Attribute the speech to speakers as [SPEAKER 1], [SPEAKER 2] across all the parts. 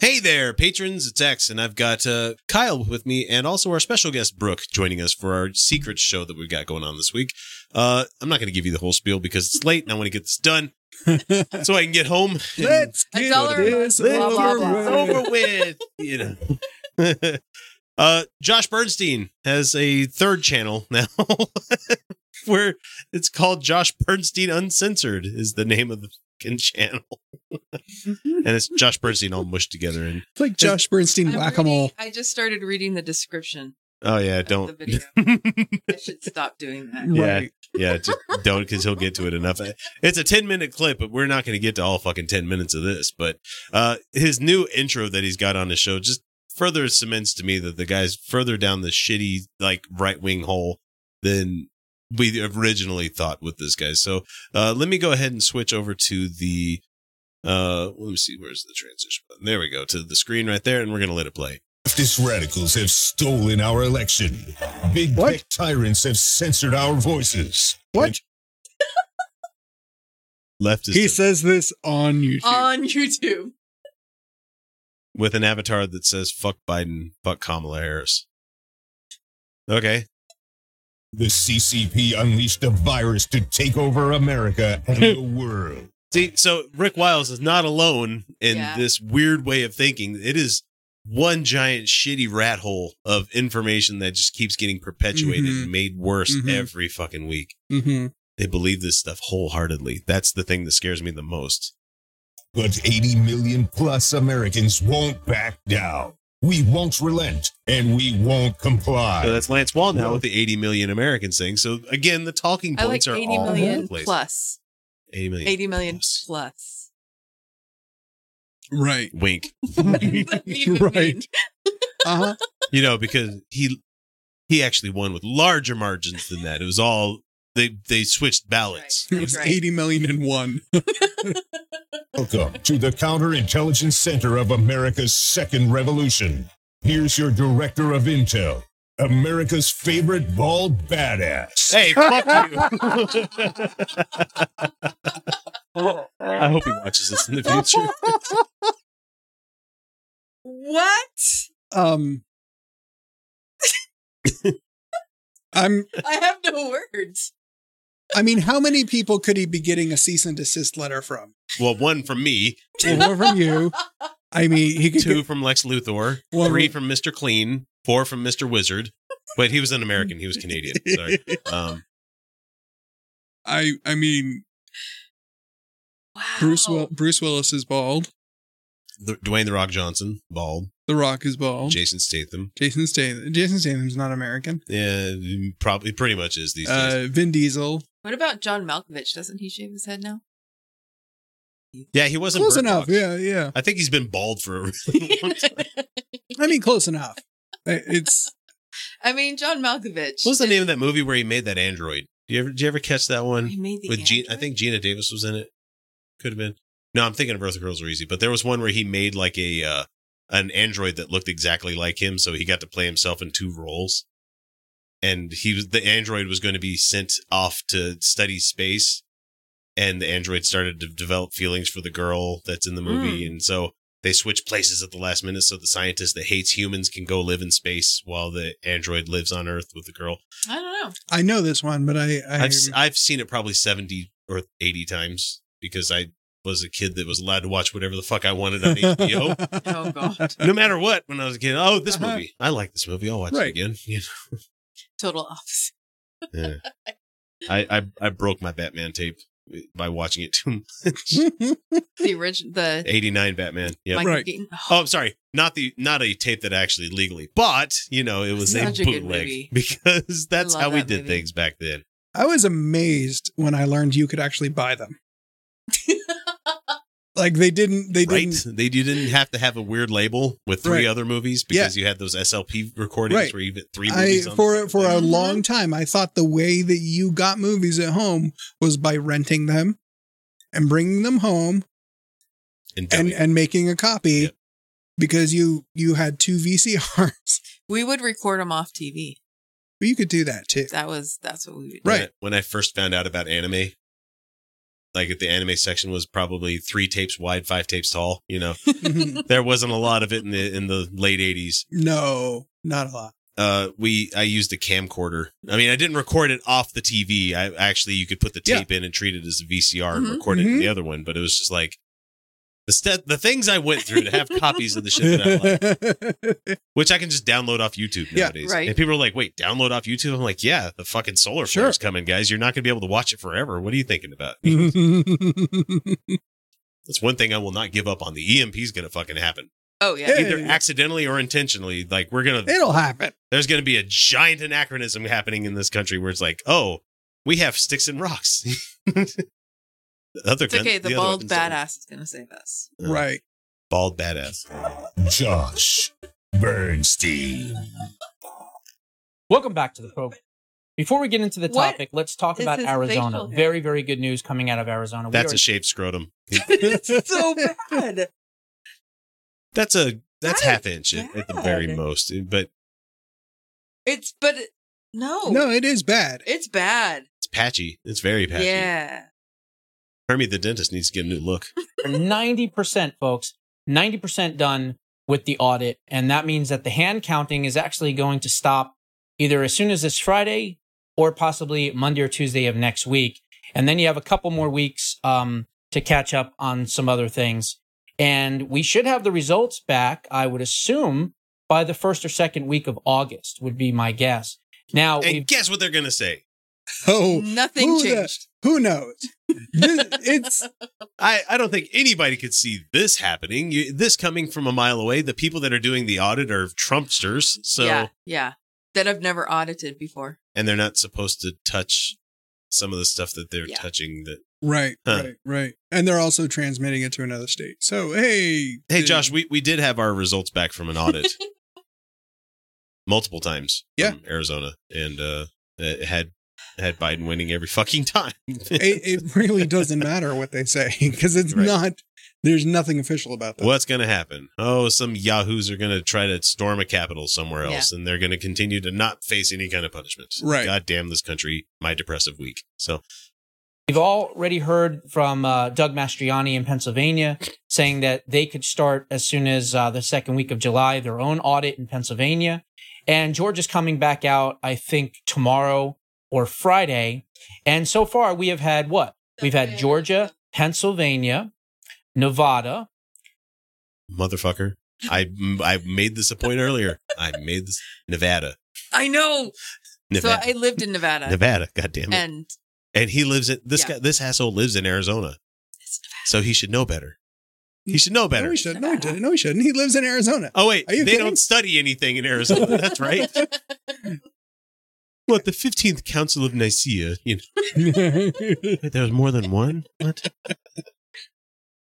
[SPEAKER 1] Hey there, patrons. It's X, and I've got uh, Kyle with me, and also our special guest Brooke joining us for our secret show that we've got going on this week. Uh, I'm not going to give you the whole spiel because it's late, and I want to get this done so I can get home. and
[SPEAKER 2] Let's
[SPEAKER 3] A
[SPEAKER 2] get
[SPEAKER 3] dollar a
[SPEAKER 2] this
[SPEAKER 3] month,
[SPEAKER 1] blah,
[SPEAKER 3] blah,
[SPEAKER 2] over
[SPEAKER 3] blah.
[SPEAKER 1] it's
[SPEAKER 2] with.
[SPEAKER 1] over with. You know. uh, Josh Bernstein has a third channel now, where it's called Josh Bernstein Uncensored is the name of the fucking channel,
[SPEAKER 2] Mm-hmm.
[SPEAKER 1] and it's Josh Bernstein all mushed together. And
[SPEAKER 2] It's like Josh Bernstein
[SPEAKER 3] I'm
[SPEAKER 2] whack a mole.
[SPEAKER 3] reading- I just started reading the description
[SPEAKER 1] oh yeah,
[SPEAKER 3] of the
[SPEAKER 1] don't
[SPEAKER 3] video. I should stop doing that.
[SPEAKER 1] Yeah. yeah, just don't because he'll get to it enough. It's a 10 minute clip, but we're not going to get to all fucking 10 minutes of this. But uh, his new intro that he's got on his show just further cements to me that the guy's further down the shitty, like, right wing hole than we originally thought with this guy. So uh, let me go ahead and switch over to the. Uh, let me see. Where's the transition button? There we go to the screen right there, and we're gonna let it play.
[SPEAKER 4] Leftist radicals have stolen our election. Big
[SPEAKER 2] What?
[SPEAKER 4] tech tyrants have censored our voices.
[SPEAKER 2] What?
[SPEAKER 1] Left is
[SPEAKER 2] He
[SPEAKER 1] to-
[SPEAKER 2] says this on YouTube.
[SPEAKER 3] On YouTube.
[SPEAKER 1] with an avatar that says "fuck Biden, fuck Kamala Harris." Okay,
[SPEAKER 4] The CCP unleashed a virus to take over America and the world.
[SPEAKER 1] see, so Rick Wiles is not alone in
[SPEAKER 3] Yeah.
[SPEAKER 1] this weird way of thinking. It is one giant shitty rat hole of information that just keeps getting perpetuated
[SPEAKER 2] Mhm.
[SPEAKER 1] and made worse
[SPEAKER 2] Mhm.
[SPEAKER 1] every fucking week.
[SPEAKER 2] hmm
[SPEAKER 1] They believe this stuff wholeheartedly. That's the thing that scares me the most.
[SPEAKER 4] But 80 million plus Americans won't back down. We won't relent and we won't comply.
[SPEAKER 1] So that's Lance Wall now
[SPEAKER 4] Well-
[SPEAKER 1] with the 80 million Americans thing. So again, the talking
[SPEAKER 3] I like
[SPEAKER 1] points are
[SPEAKER 3] 80
[SPEAKER 1] all over
[SPEAKER 3] million
[SPEAKER 1] the place.
[SPEAKER 3] plus.
[SPEAKER 1] 80 million.
[SPEAKER 3] 80 million
[SPEAKER 1] plus.
[SPEAKER 3] plus.
[SPEAKER 2] Right.
[SPEAKER 1] Wink.
[SPEAKER 3] What does that even
[SPEAKER 2] Right.
[SPEAKER 3] mean?
[SPEAKER 2] Uh-huh.
[SPEAKER 1] you know, because he he actually won with larger margins than that. It was all they they switched ballots.
[SPEAKER 2] It was
[SPEAKER 3] Right.
[SPEAKER 2] 80 million in one.
[SPEAKER 4] Welcome to the Counterintelligence Center of America's Second Revolution. Here's your Director of Intel, America's favorite bald badass.
[SPEAKER 1] Hey, fuck you! I hope he watches this in the future.
[SPEAKER 3] What?
[SPEAKER 2] Um I'm
[SPEAKER 3] I have no words.
[SPEAKER 2] I mean, how many people could he be getting a cease and desist letter from?
[SPEAKER 1] Well, one from me,
[SPEAKER 2] One from you. I mean, he could
[SPEAKER 1] two
[SPEAKER 2] get
[SPEAKER 1] from Lex Luthor,
[SPEAKER 2] one
[SPEAKER 1] three from Mister Clean, four from Mister Wizard. Wait, he was an American. He was Canadian. Sorry. Um,
[SPEAKER 2] I I mean,
[SPEAKER 3] Wow.
[SPEAKER 2] Bruce Will, Bruce Willis is bald.
[SPEAKER 1] the, Dwayne the Rock Johnson, bald.
[SPEAKER 2] The Rock is bald.
[SPEAKER 1] Jason Statham.
[SPEAKER 2] Jason Statham. Jason Statham's not American.
[SPEAKER 1] Yeah, probably pretty much is these days.
[SPEAKER 2] Uh, Vin Diesel.
[SPEAKER 3] What about John Malkovich? Doesn't he shave his head now?
[SPEAKER 1] yeah, he wasn't
[SPEAKER 2] Close
[SPEAKER 1] Bird
[SPEAKER 2] enough.
[SPEAKER 1] Box.
[SPEAKER 2] Yeah, yeah.
[SPEAKER 1] I think he's been bald for a really long time.
[SPEAKER 2] I mean, close enough. It's
[SPEAKER 3] I mean, John Malkovich.
[SPEAKER 1] What was the name of that movie where he made that android? Do you ever do you ever catch that one
[SPEAKER 3] He made the
[SPEAKER 1] with Gene? I
[SPEAKER 3] android?
[SPEAKER 1] think Gina Davis was in it. Could have been. No, I'm thinking of Earth Girls Are Easy, but there was one where he made like a uh, an android that looked exactly like him, so he got to play himself in two roles. And he was the android was going to be sent off to study space, and the android started to develop feelings for the girl that's in the movie, and so they switch places at the last minute, so the scientist that hates humans can go live in space while the android lives on Earth with the girl.
[SPEAKER 3] I don't know.
[SPEAKER 2] I know this one, but I I,
[SPEAKER 1] I've I've seen it probably seventy or eighty times because I was a kid that was allowed to watch whatever the fuck I wanted on HBO,
[SPEAKER 3] Oh, God.
[SPEAKER 1] no matter what. When I was a kid, oh, this
[SPEAKER 2] Uh-huh.
[SPEAKER 1] movie, I like this movie. I'll watch
[SPEAKER 2] Right.
[SPEAKER 1] it again. You
[SPEAKER 3] Total opposite.
[SPEAKER 1] know? Yeah. I, I I broke my Batman tape uh, by watching it too.
[SPEAKER 3] The original, the
[SPEAKER 1] Eighty nine Batman. Yeah.
[SPEAKER 3] Michael
[SPEAKER 2] Right.
[SPEAKER 3] Keaton.
[SPEAKER 1] Oh, I'm sorry. Not the not a tape that I actually legally, but you know, it was
[SPEAKER 3] Such
[SPEAKER 1] a
[SPEAKER 3] a
[SPEAKER 1] bootleg
[SPEAKER 3] good movie.
[SPEAKER 1] because that's
[SPEAKER 3] love
[SPEAKER 1] how we
[SPEAKER 3] that
[SPEAKER 1] did
[SPEAKER 3] movie.
[SPEAKER 1] things back then.
[SPEAKER 2] I was amazed when I learned you could actually buy them. like they didn't. They
[SPEAKER 1] right?
[SPEAKER 2] didn't.
[SPEAKER 1] They you didn't have to have a weird label with three
[SPEAKER 2] Right.
[SPEAKER 1] other movies because you had those SLP recordings
[SPEAKER 2] Right.
[SPEAKER 1] where you put three
[SPEAKER 2] I
[SPEAKER 1] movies on
[SPEAKER 2] for
[SPEAKER 1] the
[SPEAKER 2] for a
[SPEAKER 1] thing.
[SPEAKER 3] Mhm.
[SPEAKER 2] long time I thought the way that you got movies at home was by renting them and bringing them home
[SPEAKER 1] and,
[SPEAKER 2] and and making a copy
[SPEAKER 1] Yep.
[SPEAKER 2] because you you had two VCRs.
[SPEAKER 3] We would record them off TV.
[SPEAKER 2] But you could do that too.
[SPEAKER 3] That was that's what we would.
[SPEAKER 1] when I-
[SPEAKER 2] right.
[SPEAKER 1] when I first found out about anime like at the anime section was probably three tapes wide, five tapes tall. You know, there wasn't a lot of it in the in the late '80s.
[SPEAKER 2] no, not a lot.
[SPEAKER 1] Uh, we I used a camcorder. I mean, I didn't record it off the TV. I actually you could put the
[SPEAKER 2] Yeah.
[SPEAKER 1] tape in and treat it as a VCR and
[SPEAKER 3] Mhm.
[SPEAKER 1] record it in
[SPEAKER 2] Mhm.
[SPEAKER 1] the other one. But it was just like the step, the things I went through to have copies of the shit that I liked, which I can just download off YouTube
[SPEAKER 2] Yeah,
[SPEAKER 1] nowadays.
[SPEAKER 3] right.
[SPEAKER 1] And people are like, "Wait, download off YouTube?" I'm like, "Yeah, the fucking solar
[SPEAKER 2] Sure.
[SPEAKER 1] flare's coming, guys. You're not going to be able to watch it forever. What are you thinking about?" That's one thing I will not give up on. The E EMP's going to fucking happen,
[SPEAKER 3] Oh yeah.
[SPEAKER 2] Yeah.
[SPEAKER 1] either accidentally or intentionally. Like we're gonna,
[SPEAKER 2] It'll happen.
[SPEAKER 1] there's gonna be a giant anachronism happening in this country where it's like, oh, we have sticks and rocks. the other
[SPEAKER 3] It's okay. The,
[SPEAKER 1] other
[SPEAKER 3] bald
[SPEAKER 1] weapon's done.
[SPEAKER 3] badass is gonna save us.
[SPEAKER 1] Uh,
[SPEAKER 2] Right.
[SPEAKER 1] bald badass.
[SPEAKER 4] Josh Bernstein.
[SPEAKER 5] Welcome back to the program. Before we get into the
[SPEAKER 3] What
[SPEAKER 5] topic, let's talk
[SPEAKER 3] is
[SPEAKER 5] about
[SPEAKER 3] his
[SPEAKER 5] Arizona.
[SPEAKER 3] facial hair?
[SPEAKER 5] Very, very good news coming out of Arizona. We
[SPEAKER 1] That's
[SPEAKER 5] are-
[SPEAKER 1] a shaved scrotum.
[SPEAKER 3] it's so bad.
[SPEAKER 1] That's a that's
[SPEAKER 3] That is
[SPEAKER 1] half inch at, at the very
[SPEAKER 3] bad.
[SPEAKER 1] most. But
[SPEAKER 3] It's but it, no,
[SPEAKER 2] No, it is bad.
[SPEAKER 3] it's bad.
[SPEAKER 1] it's patchy. It's very patchy.
[SPEAKER 3] Yeah.
[SPEAKER 1] Hermie the dentist needs to get a new look.
[SPEAKER 5] we're 90%, folks, 90% done with the audit. And that means that the hand counting is actually going to stop either as soon as this Friday or possibly Monday or Tuesday of next week. And then you have a couple more weeks um, to catch up on some other things. And we should have the results back, I would assume, by the first or second week of August, would be my guess. Now,
[SPEAKER 1] And
[SPEAKER 5] we've-
[SPEAKER 1] guess what they're gonna say?
[SPEAKER 3] Mm.
[SPEAKER 2] Oh,
[SPEAKER 3] Nothing
[SPEAKER 2] who the-
[SPEAKER 3] changed.
[SPEAKER 2] who knows? This- it's
[SPEAKER 1] I, I don't think anybody could see this happening. You, this coming from a mile away. The people that are doing the audit are Trumpsters, so
[SPEAKER 3] yeah, yeah. That I've never audited before.
[SPEAKER 1] and they're not supposed to touch some of the stuff that they're
[SPEAKER 3] Yeah.
[SPEAKER 1] touching. That
[SPEAKER 2] right,
[SPEAKER 1] Huh.
[SPEAKER 2] right, right. And they're also transmitting it to another state. So hey,
[SPEAKER 1] hey,
[SPEAKER 2] the-
[SPEAKER 1] Josh, we, we did have our results back from an audit multiple times.
[SPEAKER 2] Yeah.
[SPEAKER 1] from Arizona, and uh, it had had Biden winning every fucking time.
[SPEAKER 2] it, it really doesn't matter what they say because it's
[SPEAKER 1] Right.
[SPEAKER 2] not. There's nothing official about that.
[SPEAKER 1] What's going to happen? Oh, some yahoos are going to try to storm a capital somewhere
[SPEAKER 3] Yeah.
[SPEAKER 1] else, and they're going to continue to not face any kind of punishment.
[SPEAKER 2] Right.
[SPEAKER 1] God damn this country, my depressive week. So
[SPEAKER 5] We've already heard from uh, Doug Mastriani in Pennsylvania saying that they could start as soon as uh, the second week of July their own audit in Pennsylvania. And George is coming back out, I think, tomorrow or Friday. And so far, we have had what? We've had Georgia, Pennsylvania, Nevada.
[SPEAKER 1] motherfucker. I I made this a point earlier. I made this Nevada,
[SPEAKER 3] I know.
[SPEAKER 1] Nevada,
[SPEAKER 3] So I lived in Nevada,
[SPEAKER 1] Nevada. God damn it! And,
[SPEAKER 3] and
[SPEAKER 1] he lives in this
[SPEAKER 3] Yeah.
[SPEAKER 1] guy. This asshole lives in Arizona,
[SPEAKER 3] it's Nevada.
[SPEAKER 1] so he should know better. He should know
[SPEAKER 2] No,
[SPEAKER 1] better.
[SPEAKER 2] he shouldn't. No, he didn't. No, he shouldn't. He lives in Arizona.
[SPEAKER 1] Oh wait,
[SPEAKER 2] Are
[SPEAKER 1] they
[SPEAKER 2] you kidding?
[SPEAKER 1] don't study anything in Arizona. That's right. What the fifteenth Council of Nicaea? You know, wait, there was more than one. What?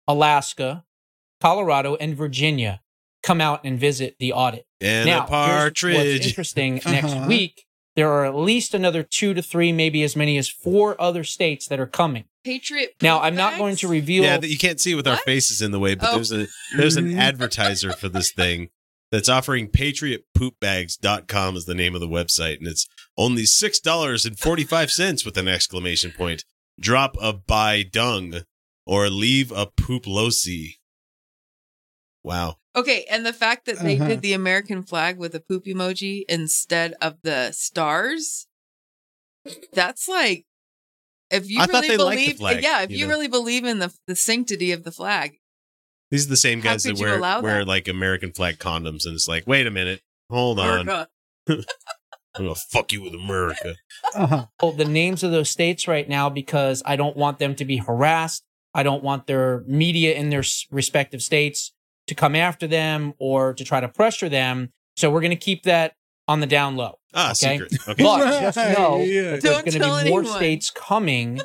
[SPEAKER 5] Alaska, Colorado, and Virginia come out and visit the audit.
[SPEAKER 1] And
[SPEAKER 5] now,
[SPEAKER 1] a
[SPEAKER 5] here's What's
[SPEAKER 1] partridge.
[SPEAKER 5] interesting
[SPEAKER 2] Uh-huh.
[SPEAKER 5] next week, there are at least another two to three, maybe as many as four other states that are coming.
[SPEAKER 3] Patriot.
[SPEAKER 5] Now,
[SPEAKER 3] poop
[SPEAKER 5] I'm not
[SPEAKER 3] bags?
[SPEAKER 5] going to reveal.
[SPEAKER 1] Yeah, that you can't see it with our
[SPEAKER 3] What?
[SPEAKER 1] faces in the way, but
[SPEAKER 3] Oh.
[SPEAKER 1] there's a there's an
[SPEAKER 2] Mhm.
[SPEAKER 1] advertiser for this thing that's offering patriotpoopbags.com is the name of the website and it's only $6.45 with an exclamation point. Drop a buy dung or leave a poop losi. Wow.
[SPEAKER 3] Okay, and the fact that they
[SPEAKER 2] Uh-huh.
[SPEAKER 3] did the American flag with a poop emoji instead of the stars, that's like if you
[SPEAKER 1] I thought
[SPEAKER 3] really
[SPEAKER 1] they liked the
[SPEAKER 3] believe,
[SPEAKER 1] flag,
[SPEAKER 3] yeah, if
[SPEAKER 1] you
[SPEAKER 3] you,
[SPEAKER 1] know.
[SPEAKER 3] really believe in the the sanctity of the flag,
[SPEAKER 1] These are the same
[SPEAKER 3] How
[SPEAKER 1] guys that
[SPEAKER 3] could you
[SPEAKER 1] wear
[SPEAKER 3] allow
[SPEAKER 1] wear
[SPEAKER 3] that?
[SPEAKER 1] like American flag condoms and it's like, "Wait a minute. Hold
[SPEAKER 3] or
[SPEAKER 1] on. I'm
[SPEAKER 3] not.
[SPEAKER 1] going to fuck you with America."
[SPEAKER 2] Uh-huh.
[SPEAKER 5] the names of those states right now because I don't want them to be harassed. I don't want their media in their s- respective states to come after them or to try to pressure them. So we're going to keep that on the down low.
[SPEAKER 1] Ah,
[SPEAKER 5] Okay.
[SPEAKER 1] secret. Okay.
[SPEAKER 5] But just
[SPEAKER 2] Right,
[SPEAKER 5] know
[SPEAKER 2] yeah.
[SPEAKER 5] that there's
[SPEAKER 3] Don't
[SPEAKER 5] going
[SPEAKER 3] tell
[SPEAKER 5] to be more
[SPEAKER 3] anyone.
[SPEAKER 5] states coming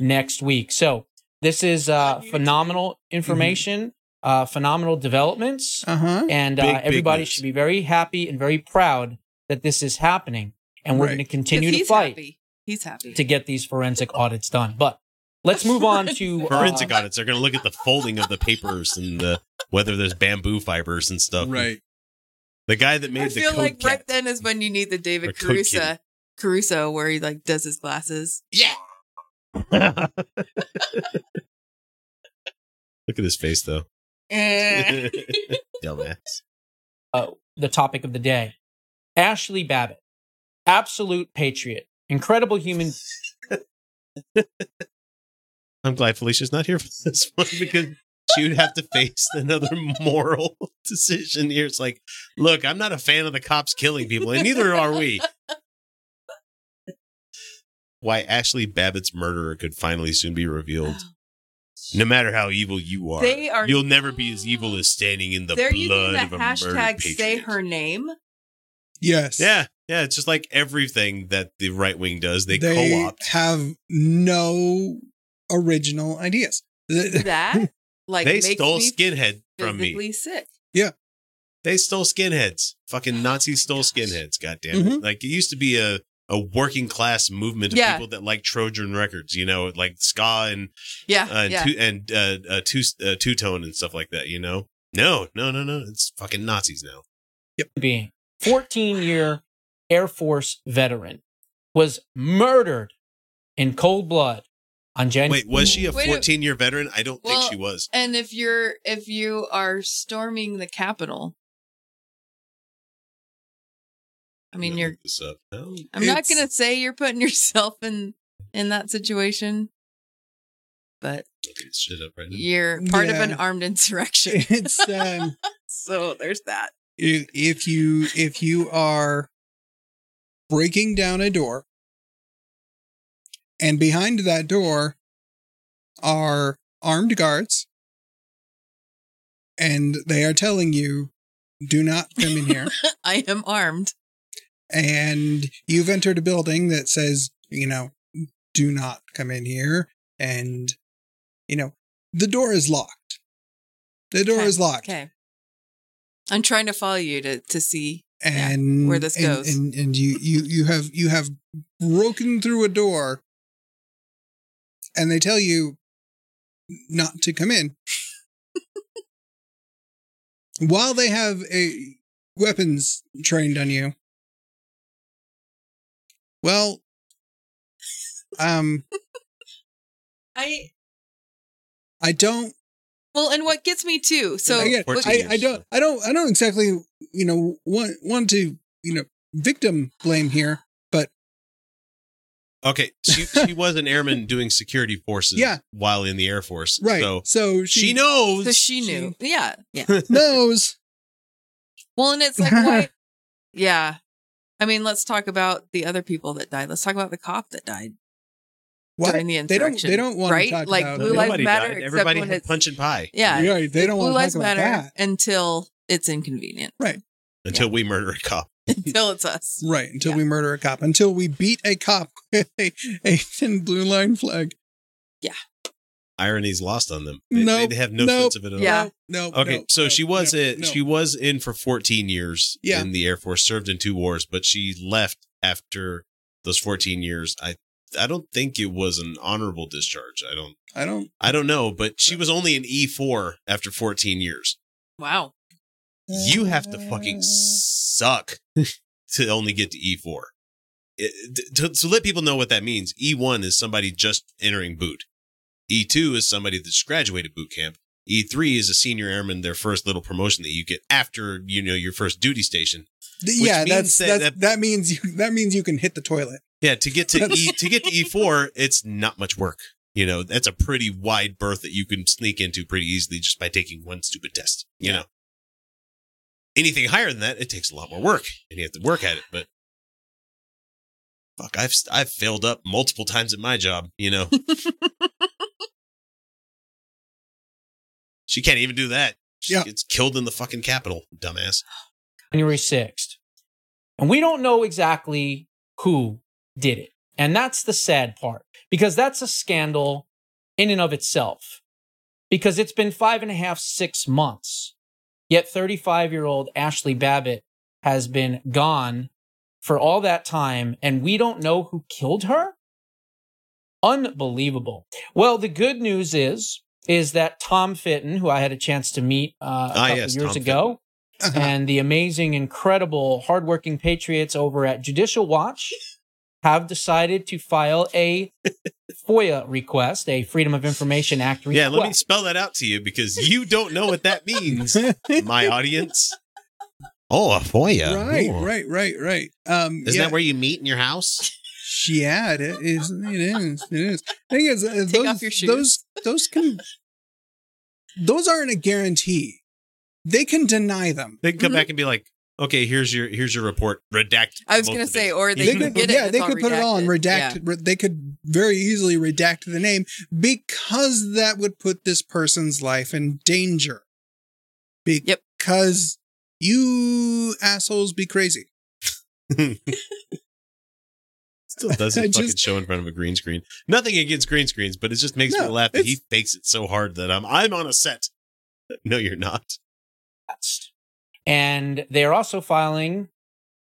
[SPEAKER 5] next week. So this is uh, phenomenal information, uh, phenomenal developments,
[SPEAKER 2] Uh huh.
[SPEAKER 5] and
[SPEAKER 1] Big,
[SPEAKER 5] uh,
[SPEAKER 1] big
[SPEAKER 5] everybody
[SPEAKER 1] news.
[SPEAKER 5] should be very happy and very proud that this is happening. And we're
[SPEAKER 2] Right.
[SPEAKER 5] going to
[SPEAKER 3] 'Cause
[SPEAKER 5] continue to
[SPEAKER 3] he's
[SPEAKER 5] fight
[SPEAKER 3] Happy. He's happy.
[SPEAKER 5] to get these forensic audits done. But let's move on to
[SPEAKER 1] forensic
[SPEAKER 5] uh,
[SPEAKER 1] audits. They're going to look at the folding of the papers and the, whether there's bamboo fibers and stuff.
[SPEAKER 2] Right.
[SPEAKER 1] The guy that made
[SPEAKER 3] I
[SPEAKER 1] the
[SPEAKER 3] feel
[SPEAKER 1] code
[SPEAKER 3] like
[SPEAKER 1] cat.
[SPEAKER 3] right then is when you need the
[SPEAKER 1] Or
[SPEAKER 3] David
[SPEAKER 1] Code
[SPEAKER 3] Caruso, Caruso, where he like does his glasses.
[SPEAKER 1] yeah. Look at his face though.
[SPEAKER 3] Eh.
[SPEAKER 1] Dumbass.
[SPEAKER 5] the topic of the day. Ashley Babbitt, absolute patriot, incredible human.
[SPEAKER 1] I'm glad Felicia's not here for this one because she would have to face another moral decision here. It's like, look, I'm not a fan of the cops killing people, and neither are we. Why Ashley Babbitt's murderer could finally soon be revealed. No matter how evil you are,
[SPEAKER 3] They are-
[SPEAKER 1] you'll never be as evil as standing in the
[SPEAKER 3] They're using
[SPEAKER 1] blood of
[SPEAKER 3] the
[SPEAKER 1] a murdered
[SPEAKER 3] hashtag
[SPEAKER 1] patriot.
[SPEAKER 3] say her name.
[SPEAKER 2] Yes.
[SPEAKER 1] Yeah, yeah. It's just like everything that the right wing does. They,
[SPEAKER 2] They,
[SPEAKER 1] co-opt.
[SPEAKER 2] have no original ideas.
[SPEAKER 3] That like
[SPEAKER 1] they
[SPEAKER 3] makes
[SPEAKER 1] stole
[SPEAKER 3] me
[SPEAKER 1] skinhead from me.
[SPEAKER 3] physically sick.
[SPEAKER 1] They stole skinheads.
[SPEAKER 3] Oh
[SPEAKER 1] Fucking Nazis stole skinheads. God damn it!
[SPEAKER 2] Mhm.
[SPEAKER 1] Like it used to be a a working class movement of
[SPEAKER 3] Mm-hmm. Yeah.
[SPEAKER 1] people that like Trojan records. You know, like ska and
[SPEAKER 3] Yeah,
[SPEAKER 1] uh, and
[SPEAKER 3] Ah, yeah.
[SPEAKER 1] two and uh, uh, two uh, two tone and stuff like that. You know. No, no, no, no. It's fucking Nazis now.
[SPEAKER 5] being 14 year Air Force veteran, was murdered in cold blood on January.
[SPEAKER 1] Wait, was she a
[SPEAKER 3] Wait a-
[SPEAKER 1] 14 year veteran? I don't
[SPEAKER 3] Well,
[SPEAKER 1] think she was.
[SPEAKER 3] And if you're if you are storming the Capitol, I mean,
[SPEAKER 1] Let me
[SPEAKER 3] you're.
[SPEAKER 1] look this up. No.
[SPEAKER 3] I'm not
[SPEAKER 2] It's-
[SPEAKER 3] gonna say you're putting yourself in in that situation, but
[SPEAKER 1] Looking this shit up right now.
[SPEAKER 3] you're part of an
[SPEAKER 2] Yeah.
[SPEAKER 3] armed insurrection.
[SPEAKER 2] it's um,
[SPEAKER 3] so there's that.
[SPEAKER 2] i- if you if you are breaking down a door and behind that door are armed guards and they are telling you do not come in here
[SPEAKER 3] I am armed.
[SPEAKER 2] and you've entered a building that says, you know, do not come in here. And, you know, the door is locked. The door is locked.
[SPEAKER 3] Okay. I'm trying to follow you to to see. Yeah,
[SPEAKER 2] And
[SPEAKER 3] where this
[SPEAKER 2] and-
[SPEAKER 3] goes.
[SPEAKER 2] And, and you, you, you have, you have broken through a door and they tell you not to come in while they have a weapons trained on you. Well, um,
[SPEAKER 3] I
[SPEAKER 2] I don't.
[SPEAKER 3] well, and what gets me too. So
[SPEAKER 2] again,
[SPEAKER 1] what-
[SPEAKER 2] I, I don't. I don't. I don't exactly. You know, want want to you know victim blame here.
[SPEAKER 1] Okay, she she was an airman doing security forces
[SPEAKER 2] Yeah.
[SPEAKER 1] while in the Air Force.
[SPEAKER 2] Right.
[SPEAKER 1] So
[SPEAKER 2] So,
[SPEAKER 1] she,
[SPEAKER 2] she,
[SPEAKER 1] knows.
[SPEAKER 3] so she knew. Yeah. Yeah.
[SPEAKER 2] knows.
[SPEAKER 3] Well, and it's like why Yeah. I mean, let's talk about the other people that died. Let's talk about the cop that died
[SPEAKER 2] What?
[SPEAKER 3] during the
[SPEAKER 2] They don't.
[SPEAKER 3] insurrection.
[SPEAKER 2] They don't want
[SPEAKER 3] right?
[SPEAKER 2] to talk
[SPEAKER 3] like
[SPEAKER 2] about
[SPEAKER 3] blue
[SPEAKER 2] it.
[SPEAKER 3] lives
[SPEAKER 1] Nobody
[SPEAKER 3] matter.
[SPEAKER 1] died.
[SPEAKER 3] except
[SPEAKER 1] Everybody
[SPEAKER 3] when
[SPEAKER 1] had
[SPEAKER 3] it's-
[SPEAKER 1] punch and pie
[SPEAKER 3] Yeah,
[SPEAKER 2] Yeah, they don't want
[SPEAKER 3] blue
[SPEAKER 2] to
[SPEAKER 3] lives
[SPEAKER 2] talk about
[SPEAKER 3] matter
[SPEAKER 2] that.
[SPEAKER 3] until it's inconvenient.
[SPEAKER 1] until we murder a cop.
[SPEAKER 3] until it's us.
[SPEAKER 2] Right, until
[SPEAKER 3] Yeah.
[SPEAKER 2] we murder a cop, until we beat a cop with a, a thin blue line flag.
[SPEAKER 1] Irony's lost on them. They,
[SPEAKER 2] Nope.
[SPEAKER 1] they have no
[SPEAKER 2] Nope.
[SPEAKER 1] sense of it at
[SPEAKER 3] Yeah.
[SPEAKER 2] No.
[SPEAKER 1] all. Okay,
[SPEAKER 2] no,
[SPEAKER 1] so
[SPEAKER 2] no,
[SPEAKER 1] she was
[SPEAKER 2] no,
[SPEAKER 1] a,
[SPEAKER 2] no.
[SPEAKER 1] she was in for 14 years
[SPEAKER 2] Yeah.
[SPEAKER 1] in the Air Force, served in two wars, but she left after those 14 years. I I don't think it was an honorable discharge. I don't
[SPEAKER 2] I don't.
[SPEAKER 1] I don't know, but she was only an E4 after 14 years.
[SPEAKER 3] Wow.
[SPEAKER 1] you have to fucking suck to only get to E4. It- to, to let people know what that means, E1 is somebody just entering boot. E2 is somebody that's graduated boot camp. E3 is a senior airman, their first little promotion that you get after you know your first duty station.
[SPEAKER 2] Th-
[SPEAKER 1] Which
[SPEAKER 2] yeah,
[SPEAKER 1] means
[SPEAKER 2] that's,
[SPEAKER 1] that-
[SPEAKER 2] that, that's that means you that means you can hit the toilet.
[SPEAKER 1] Yeah, to get to E to get to E4, it's not much work. You know, that's a pretty wide berth that you can sneak into pretty easily just by taking one stupid test. You know, anything higher than that, it takes a lot more work, and you have to work at it. But fuck, I've I've failed up multiple times at my job. You know, she can't even do that. She
[SPEAKER 2] Yeah.
[SPEAKER 1] gets killed in the fucking capital, dumbass.
[SPEAKER 5] January 6th. And we don't know exactly who did it. And that's the sad part because that's a scandal in and of itself. Because it's been five and a half, six months. Yet 35 year old Ashley Babbitt has been gone for all that time and we don't know who killed her? Unbelievable. Well, the good news is, is that Tom Fitton, who I had a chance to meet uh, a
[SPEAKER 1] Ah,
[SPEAKER 5] couple
[SPEAKER 1] yes,
[SPEAKER 5] years
[SPEAKER 1] Tom
[SPEAKER 5] ago, and the amazing, incredible, hardworking patriots over at Judicial Watch have decided to file a FOIA request, a Freedom of Information Act request.
[SPEAKER 1] Yeah, let me spell that out to you because you don't know what that means, my audience. Oh, a FOIA.
[SPEAKER 2] Right,
[SPEAKER 1] Ooh.
[SPEAKER 2] right, right, right. Um,
[SPEAKER 1] Isn't
[SPEAKER 2] yeah,
[SPEAKER 1] that where you meet in your house?
[SPEAKER 2] yeah, it is. It is. It is. Thing is, uh,
[SPEAKER 3] Take
[SPEAKER 2] those,
[SPEAKER 3] off your shoes.
[SPEAKER 2] those, those can, those aren't a guarantee. They can deny them.
[SPEAKER 1] They can come
[SPEAKER 3] Mhm.
[SPEAKER 1] back and be like, "Okay, here's your here's your report. Redact."
[SPEAKER 3] I was
[SPEAKER 1] most
[SPEAKER 3] gonna
[SPEAKER 1] of
[SPEAKER 3] say,
[SPEAKER 1] it."
[SPEAKER 3] or they,
[SPEAKER 2] they
[SPEAKER 3] can
[SPEAKER 2] could,
[SPEAKER 3] get it.
[SPEAKER 2] yeah,
[SPEAKER 3] and
[SPEAKER 2] they
[SPEAKER 3] it's
[SPEAKER 2] could put it on
[SPEAKER 3] redacted.
[SPEAKER 2] redact.
[SPEAKER 3] Yeah.
[SPEAKER 2] Re, they could very easily redact the name because that would put this person's life in danger.
[SPEAKER 3] Yep.
[SPEAKER 2] Because you assholes be crazy.
[SPEAKER 1] still doesn't
[SPEAKER 2] I
[SPEAKER 1] fucking
[SPEAKER 2] just-
[SPEAKER 1] show in front of a green screen. Nothing against green screens, but it just makes me
[SPEAKER 2] No,
[SPEAKER 1] laugh that
[SPEAKER 2] it's-
[SPEAKER 1] he fakes it so hard that I'm I'm on a set. No, you're not.
[SPEAKER 5] request. And they are also filing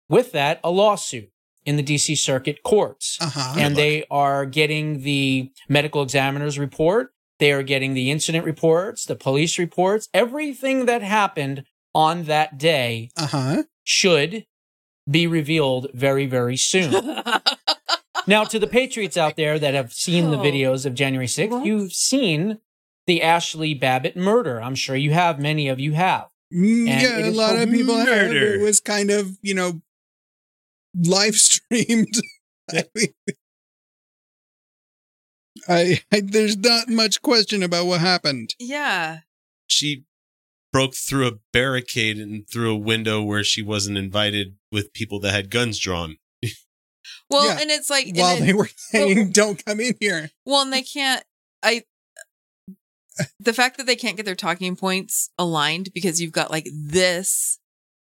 [SPEAKER 5] with that a lawsuit in the DC Circuit courts.
[SPEAKER 1] Oh,
[SPEAKER 2] Uh huh.
[SPEAKER 5] and they are getting the medical examiner's report. They are getting the incident reports, the police reports, everything that happened on that day
[SPEAKER 2] Uh huh.
[SPEAKER 5] should be revealed very, very soon. now, to the Patriots out there that have seen the
[SPEAKER 3] Oh.
[SPEAKER 5] videos of January 6th,
[SPEAKER 3] What?
[SPEAKER 5] you've seen the Ashley Babbitt murder. I'm sure you have. Many of you have. And
[SPEAKER 2] yeah,
[SPEAKER 5] it
[SPEAKER 2] a
[SPEAKER 5] is
[SPEAKER 2] lot
[SPEAKER 5] called
[SPEAKER 2] of people have.
[SPEAKER 1] murder.
[SPEAKER 2] It was kind of you know live streamed. I mean, I, I there's not much question about what happened.
[SPEAKER 3] yeah.
[SPEAKER 1] She broke through a barricade and through a window where she wasn't invited with people that had guns drawn.
[SPEAKER 3] Well,
[SPEAKER 2] Yeah.
[SPEAKER 3] and it's like, and
[SPEAKER 2] While
[SPEAKER 3] it-
[SPEAKER 2] they were saying, "Don't come in here,"
[SPEAKER 3] well, and they can't. I. The fact that they can't get their talking points aligned because you've got like this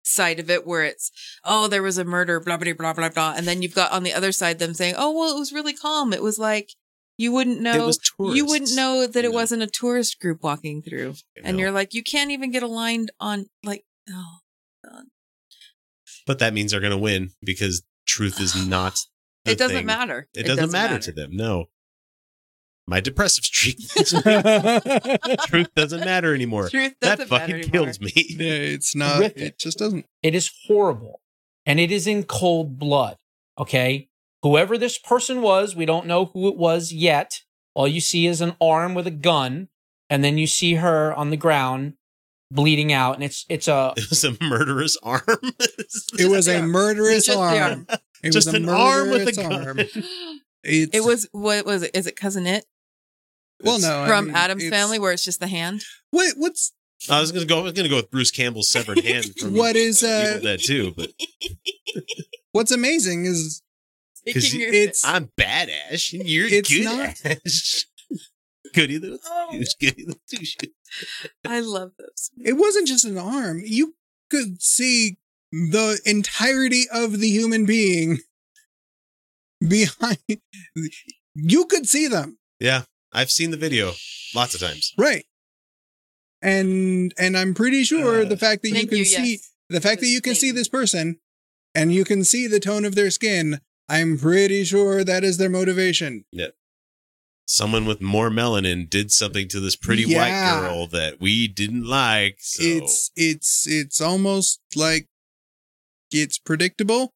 [SPEAKER 3] side of it where it's oh there was a murder blah blah blah blah blah and then you've got on the other side them saying oh well it was really calm it was like you wouldn't
[SPEAKER 1] it
[SPEAKER 3] know
[SPEAKER 1] was tourists.
[SPEAKER 3] you wouldn't know that
[SPEAKER 1] you
[SPEAKER 3] it
[SPEAKER 1] know.
[SPEAKER 3] wasn't a tourist group walking through
[SPEAKER 1] you
[SPEAKER 3] and
[SPEAKER 1] know.
[SPEAKER 3] you're like you can't even get aligned on like oh
[SPEAKER 1] but that means they're going to win because truth is not. the
[SPEAKER 3] it doesn't
[SPEAKER 1] thing.
[SPEAKER 3] matter
[SPEAKER 1] It, doesn't, matter, to them. No. My depressive streak. truth doesn't matter anymore.
[SPEAKER 3] truth
[SPEAKER 1] that
[SPEAKER 3] doesn't matter
[SPEAKER 1] fucking
[SPEAKER 3] anymore.
[SPEAKER 1] kills me.
[SPEAKER 2] Yeah, it's not.
[SPEAKER 5] Horrific.
[SPEAKER 2] It just doesn't.
[SPEAKER 5] It is horrible. And it is in cold blood. Okay. Whoever this person was, we don't know who it was yet. All you see is an arm with a gun, and then you see her on the ground bleeding out, and it's it's a
[SPEAKER 1] It was a murderous arm.
[SPEAKER 2] It was
[SPEAKER 3] the
[SPEAKER 2] a
[SPEAKER 3] arm.
[SPEAKER 2] murderous
[SPEAKER 3] Just the
[SPEAKER 2] arm.
[SPEAKER 3] arm.
[SPEAKER 2] It
[SPEAKER 1] Just
[SPEAKER 2] was a
[SPEAKER 1] an arm with a
[SPEAKER 2] murderous
[SPEAKER 1] gun.
[SPEAKER 2] arm. It's,
[SPEAKER 3] it was what was it is it cousin it
[SPEAKER 2] well, no, I
[SPEAKER 3] from
[SPEAKER 2] mean,
[SPEAKER 3] adam's
[SPEAKER 2] it's-
[SPEAKER 3] family where it's just the hand
[SPEAKER 2] What? What's
[SPEAKER 1] I was gonna go. I was gonna go with Bruce Campbell's severed hand. From
[SPEAKER 2] What is, uh,
[SPEAKER 1] Evil Dead too? But
[SPEAKER 2] What's amazing is
[SPEAKER 1] Because you-
[SPEAKER 2] it's
[SPEAKER 1] I'm badass. And you're
[SPEAKER 2] It's
[SPEAKER 1] good
[SPEAKER 2] not-
[SPEAKER 1] ass. Goody little
[SPEAKER 3] Oh,
[SPEAKER 1] douche. Goody little douche.
[SPEAKER 3] i love those
[SPEAKER 2] it wasn't just an arm. You could see the entirety of the human being behind. You could see them
[SPEAKER 1] Yeah, I've seen the video lots of times.
[SPEAKER 2] right, and and I'm pretty sure
[SPEAKER 1] Uh,
[SPEAKER 2] the fact that you
[SPEAKER 3] thank
[SPEAKER 2] can
[SPEAKER 3] you,
[SPEAKER 2] see
[SPEAKER 3] yes.
[SPEAKER 2] The fact that you can see
[SPEAKER 3] Distinct.
[SPEAKER 2] this person and you can see the tone of their skin, I'm pretty sure that is their motivation.
[SPEAKER 1] Someone with more melanin did something to this pretty
[SPEAKER 2] Yeah.
[SPEAKER 1] white girl that we didn't like. So
[SPEAKER 2] It's it's it's almost like it's predictable.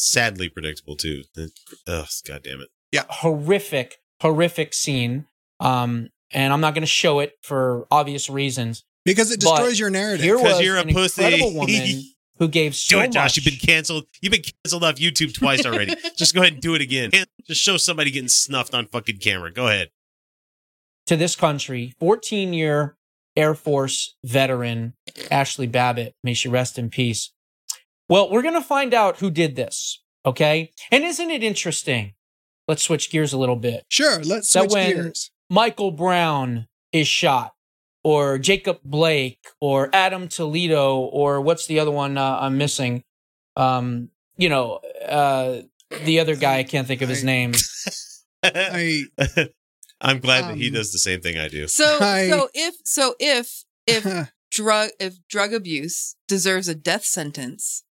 [SPEAKER 1] sadly predictable too. That- Ugh, God damn it.
[SPEAKER 5] horrific, horrific scene. Um, and I'm not going to show it for obvious reasons.
[SPEAKER 2] Because it
[SPEAKER 5] But
[SPEAKER 2] destroys your narrative.
[SPEAKER 5] Here was
[SPEAKER 1] you're a
[SPEAKER 5] an
[SPEAKER 1] pussy.
[SPEAKER 5] incredible woman who gave so
[SPEAKER 1] do it, Josh.
[SPEAKER 5] much.
[SPEAKER 1] You've been canceled. You've been canceled off YouTube twice already. Just go ahead and do it again. Just show somebody getting snuffed on fucking camera. Go ahead.
[SPEAKER 5] to this country, 14 year Air Force veteran Ashley Babbitt. May she rest in peace. Well, we're going to find out who did this. Okay. And isn't it interesting? Let's switch gears a little bit.
[SPEAKER 2] sure, let's
[SPEAKER 5] That
[SPEAKER 2] switch
[SPEAKER 5] when-
[SPEAKER 2] gears.
[SPEAKER 5] Michael Brown is shot, or Jacob Blake, or Adam Toledo, or what's the other one uh, I'm missing? Um, you know, uh, the other guy, I can't think of his
[SPEAKER 2] I-
[SPEAKER 5] name.
[SPEAKER 2] I
[SPEAKER 1] I'm glad that he
[SPEAKER 2] Um,
[SPEAKER 1] does the same thing I do.
[SPEAKER 3] so
[SPEAKER 2] I-
[SPEAKER 3] so if so if if drug if drug abuse deserves a death sentence,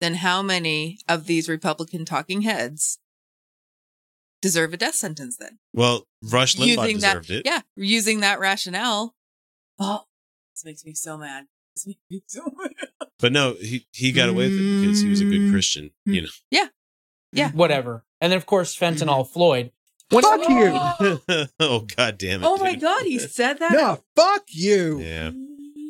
[SPEAKER 3] then how many of these Republican talking heads deserve a death sentence then?
[SPEAKER 1] Well, Rush Limbaugh
[SPEAKER 3] Using that-
[SPEAKER 1] deserved it.
[SPEAKER 3] Yeah, using that rationale. Oh, this makes me so mad. This makes me so mad.
[SPEAKER 1] But no, he, he got away with it because he was a good Christian, you know.
[SPEAKER 3] Yeah. Yeah.
[SPEAKER 5] whatever. And then of course fentanyl Floyd. When-
[SPEAKER 2] Mm-hmm. Fuck you.
[SPEAKER 1] oh god damn it.
[SPEAKER 3] Oh my
[SPEAKER 1] dude.
[SPEAKER 3] God, he said that.
[SPEAKER 2] No, fuck you.
[SPEAKER 1] Yeah.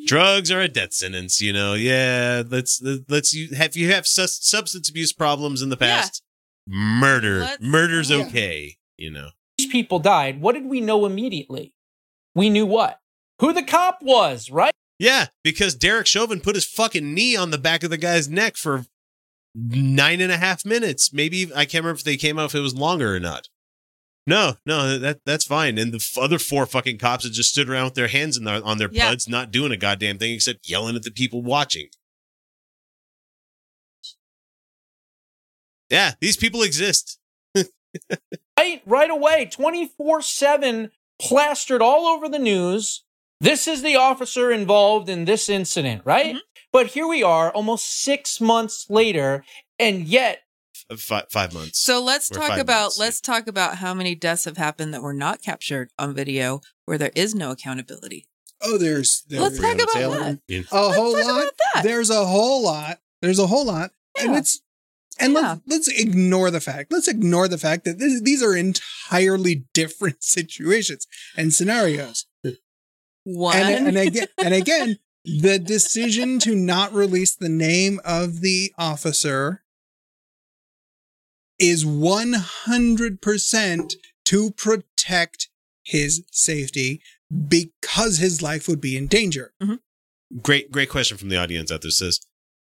[SPEAKER 1] Drugs are a death sentence, you know. Yeah, let's let's you have you have sus- substance abuse problems in the
[SPEAKER 3] Yeah.
[SPEAKER 1] past. Murder,
[SPEAKER 3] Let's-
[SPEAKER 1] murder's
[SPEAKER 3] yeah.
[SPEAKER 1] okay, you know.
[SPEAKER 5] these people died, what did we know immediately? We knew what? Who the cop was, right?
[SPEAKER 1] Yeah, because Derek Chauvin put his fucking knee on the back of the guy's neck for nine and a half minutes. Maybe I can't remember if they came out if it was longer or not. No, no, that that's fine. And the f- other four fucking cops that just stood around with their hands in their, on their
[SPEAKER 3] Yeah.
[SPEAKER 1] buds, not doing a goddamn thing except yelling at the people watching. Yeah, these people exist.
[SPEAKER 5] Right, right away, 24 7, plastered all over the news. This is the officer involved in this incident, right?
[SPEAKER 2] Mm-hmm.
[SPEAKER 5] But here we are, almost six months later, and yet
[SPEAKER 1] F- Five, five months.
[SPEAKER 3] So let's
[SPEAKER 1] We're
[SPEAKER 3] talk
[SPEAKER 1] five
[SPEAKER 3] about
[SPEAKER 1] minutes.
[SPEAKER 3] let's talk about how many deaths have happened that were not captured on video where there is no accountability.
[SPEAKER 2] Oh, there's, there's
[SPEAKER 3] Let's talk about that.
[SPEAKER 1] Yeah.
[SPEAKER 2] a
[SPEAKER 3] Let's
[SPEAKER 2] whole
[SPEAKER 3] talk
[SPEAKER 2] lot.
[SPEAKER 3] about that.
[SPEAKER 2] There's a whole lot. There's a whole lot. And
[SPEAKER 3] Yeah.
[SPEAKER 2] it's and
[SPEAKER 3] Yeah.
[SPEAKER 2] let's let's ignore the fact. Let's ignore the fact that this, these are entirely different situations and scenarios.
[SPEAKER 3] One
[SPEAKER 2] And, and again, and again, the decision to not release the name of the officer is 100% to protect his safety because his life would be in danger.
[SPEAKER 1] great great question from the audience out there says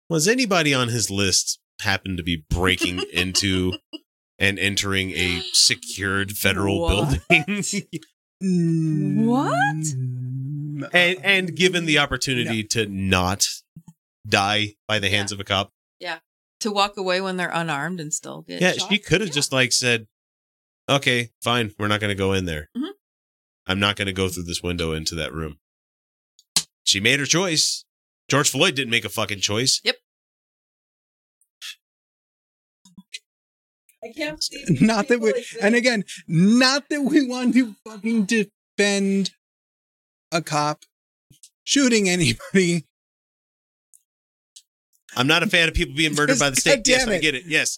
[SPEAKER 1] was anybody on his list happen to be breaking into and entering a secured federal
[SPEAKER 3] What?
[SPEAKER 1] building
[SPEAKER 3] What?
[SPEAKER 2] Mm,
[SPEAKER 1] and and given the opportunity to not die by the hands of a cop
[SPEAKER 3] to walk away when they're unarmed and still get
[SPEAKER 1] yeah
[SPEAKER 3] shot.
[SPEAKER 1] she could have
[SPEAKER 3] Yeah.
[SPEAKER 1] just like said okay fine we're not going to go in there
[SPEAKER 3] Mhm.
[SPEAKER 1] i'm not going to go through this window into that room she made her choice george floyd didn't make a fucking choice
[SPEAKER 3] I can't believe these
[SPEAKER 2] not that we
[SPEAKER 3] people exist.
[SPEAKER 2] and again not that we want to fucking defend a cop shooting anybody
[SPEAKER 1] i'm not a fan of people being murdered by the state
[SPEAKER 2] God damn
[SPEAKER 1] yes i
[SPEAKER 2] it.
[SPEAKER 1] get it yes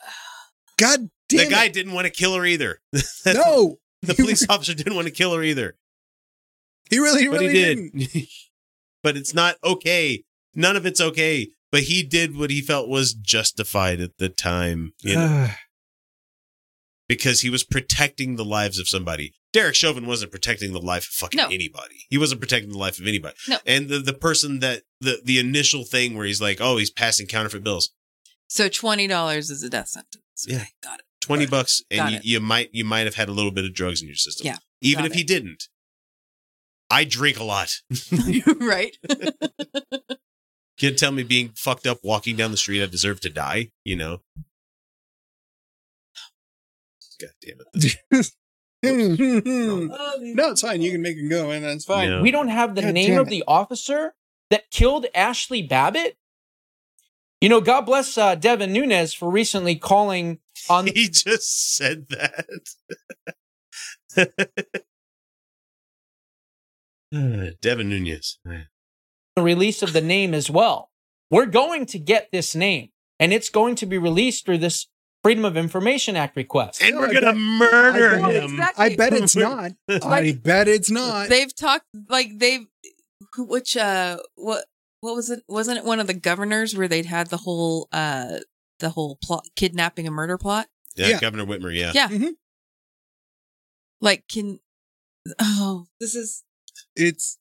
[SPEAKER 2] god damn
[SPEAKER 1] the guy
[SPEAKER 2] it.
[SPEAKER 1] didn't want to kill her either.
[SPEAKER 2] no
[SPEAKER 1] The police officer didn't want to kill her either,
[SPEAKER 2] he really he
[SPEAKER 1] but he
[SPEAKER 2] really did.
[SPEAKER 1] did.
[SPEAKER 2] not
[SPEAKER 1] but it's not okay. None of it's okay. But he did what he felt was justified at the time, you know, because he was protecting the lives of somebody. Derek Chauvin wasn't protecting the life of fucking
[SPEAKER 3] No.
[SPEAKER 1] anybody. He wasn't protecting the life of anybody.
[SPEAKER 3] No.
[SPEAKER 1] And the, the person that the the initial thing where he's like, oh, he's passing counterfeit bills.
[SPEAKER 3] So twenty dollars is a death sentence.
[SPEAKER 1] Yeah.
[SPEAKER 3] got it.
[SPEAKER 1] 20 bucks
[SPEAKER 3] Got
[SPEAKER 1] and you,
[SPEAKER 3] it.
[SPEAKER 1] you might you might have had a little bit of drugs in your system
[SPEAKER 3] Yeah,
[SPEAKER 1] even
[SPEAKER 3] got
[SPEAKER 1] if he didn't i drink a lot
[SPEAKER 3] right?
[SPEAKER 1] can't tell me being fucked up walking down the street i deserve to die you know god damn it
[SPEAKER 2] no it's fine you can make it go and that's fine
[SPEAKER 1] No.
[SPEAKER 5] we don't have the
[SPEAKER 2] Oh. God
[SPEAKER 5] name
[SPEAKER 2] damn
[SPEAKER 5] of
[SPEAKER 2] it.
[SPEAKER 5] the officer that killed Ashley Babbitt. You know, God bless uh, Devin Nunes for recently calling on
[SPEAKER 1] he just said that devin nunez
[SPEAKER 5] the release of the name as well. We're going to get this name, and it's going to be released through this Freedom of Information Act request.
[SPEAKER 1] and
[SPEAKER 2] No,
[SPEAKER 1] we're
[SPEAKER 2] I
[SPEAKER 1] gonna
[SPEAKER 2] bet-
[SPEAKER 1] murder
[SPEAKER 2] I bet-
[SPEAKER 1] him
[SPEAKER 2] i bet it's not i bet it's not
[SPEAKER 3] They've talked like they've which uh what what was it wasn't it one of the governors where they'd had the whole uh the whole plot kidnapping and murder plot?
[SPEAKER 1] yeah,
[SPEAKER 2] Yeah.
[SPEAKER 1] governor whitmer yeah,
[SPEAKER 3] Yeah.
[SPEAKER 2] Mhm.
[SPEAKER 3] Like can oh this is
[SPEAKER 2] it's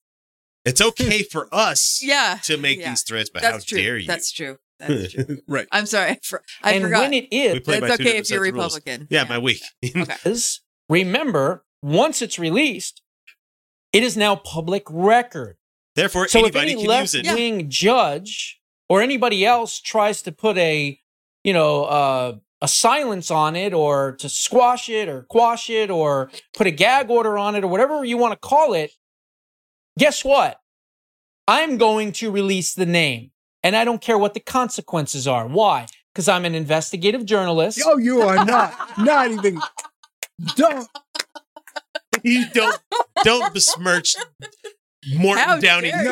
[SPEAKER 1] it's okay for us
[SPEAKER 3] yeah
[SPEAKER 1] to make
[SPEAKER 3] Yeah.
[SPEAKER 1] these threats but
[SPEAKER 3] that's
[SPEAKER 1] how
[SPEAKER 3] true
[SPEAKER 1] dare you
[SPEAKER 3] that's true that's true
[SPEAKER 2] right
[SPEAKER 3] I'm sorry I, for, I
[SPEAKER 5] and
[SPEAKER 3] forgot
[SPEAKER 5] when it is,
[SPEAKER 1] We play by
[SPEAKER 3] it's
[SPEAKER 1] two
[SPEAKER 3] okay
[SPEAKER 1] different
[SPEAKER 3] if you're
[SPEAKER 1] sets of rules.
[SPEAKER 3] Republican
[SPEAKER 1] Yeah, my week.
[SPEAKER 5] is, remember, once it's released, it is now public record.
[SPEAKER 1] Therefore,
[SPEAKER 5] so if
[SPEAKER 1] anybody
[SPEAKER 5] any
[SPEAKER 1] can
[SPEAKER 5] left
[SPEAKER 1] use it.
[SPEAKER 5] wing judge or anybody else tries to put a you know uh, a silence on it or to squash it or quash it or put a gag order on it or whatever you want to call it guess what i'm going to release the name and i don't care what the consequences are why because i'm an investigative journalist
[SPEAKER 2] oh you are not not even don't
[SPEAKER 1] You don't don't besmirch Morton
[SPEAKER 3] How
[SPEAKER 1] Downey
[SPEAKER 3] dare
[SPEAKER 2] you,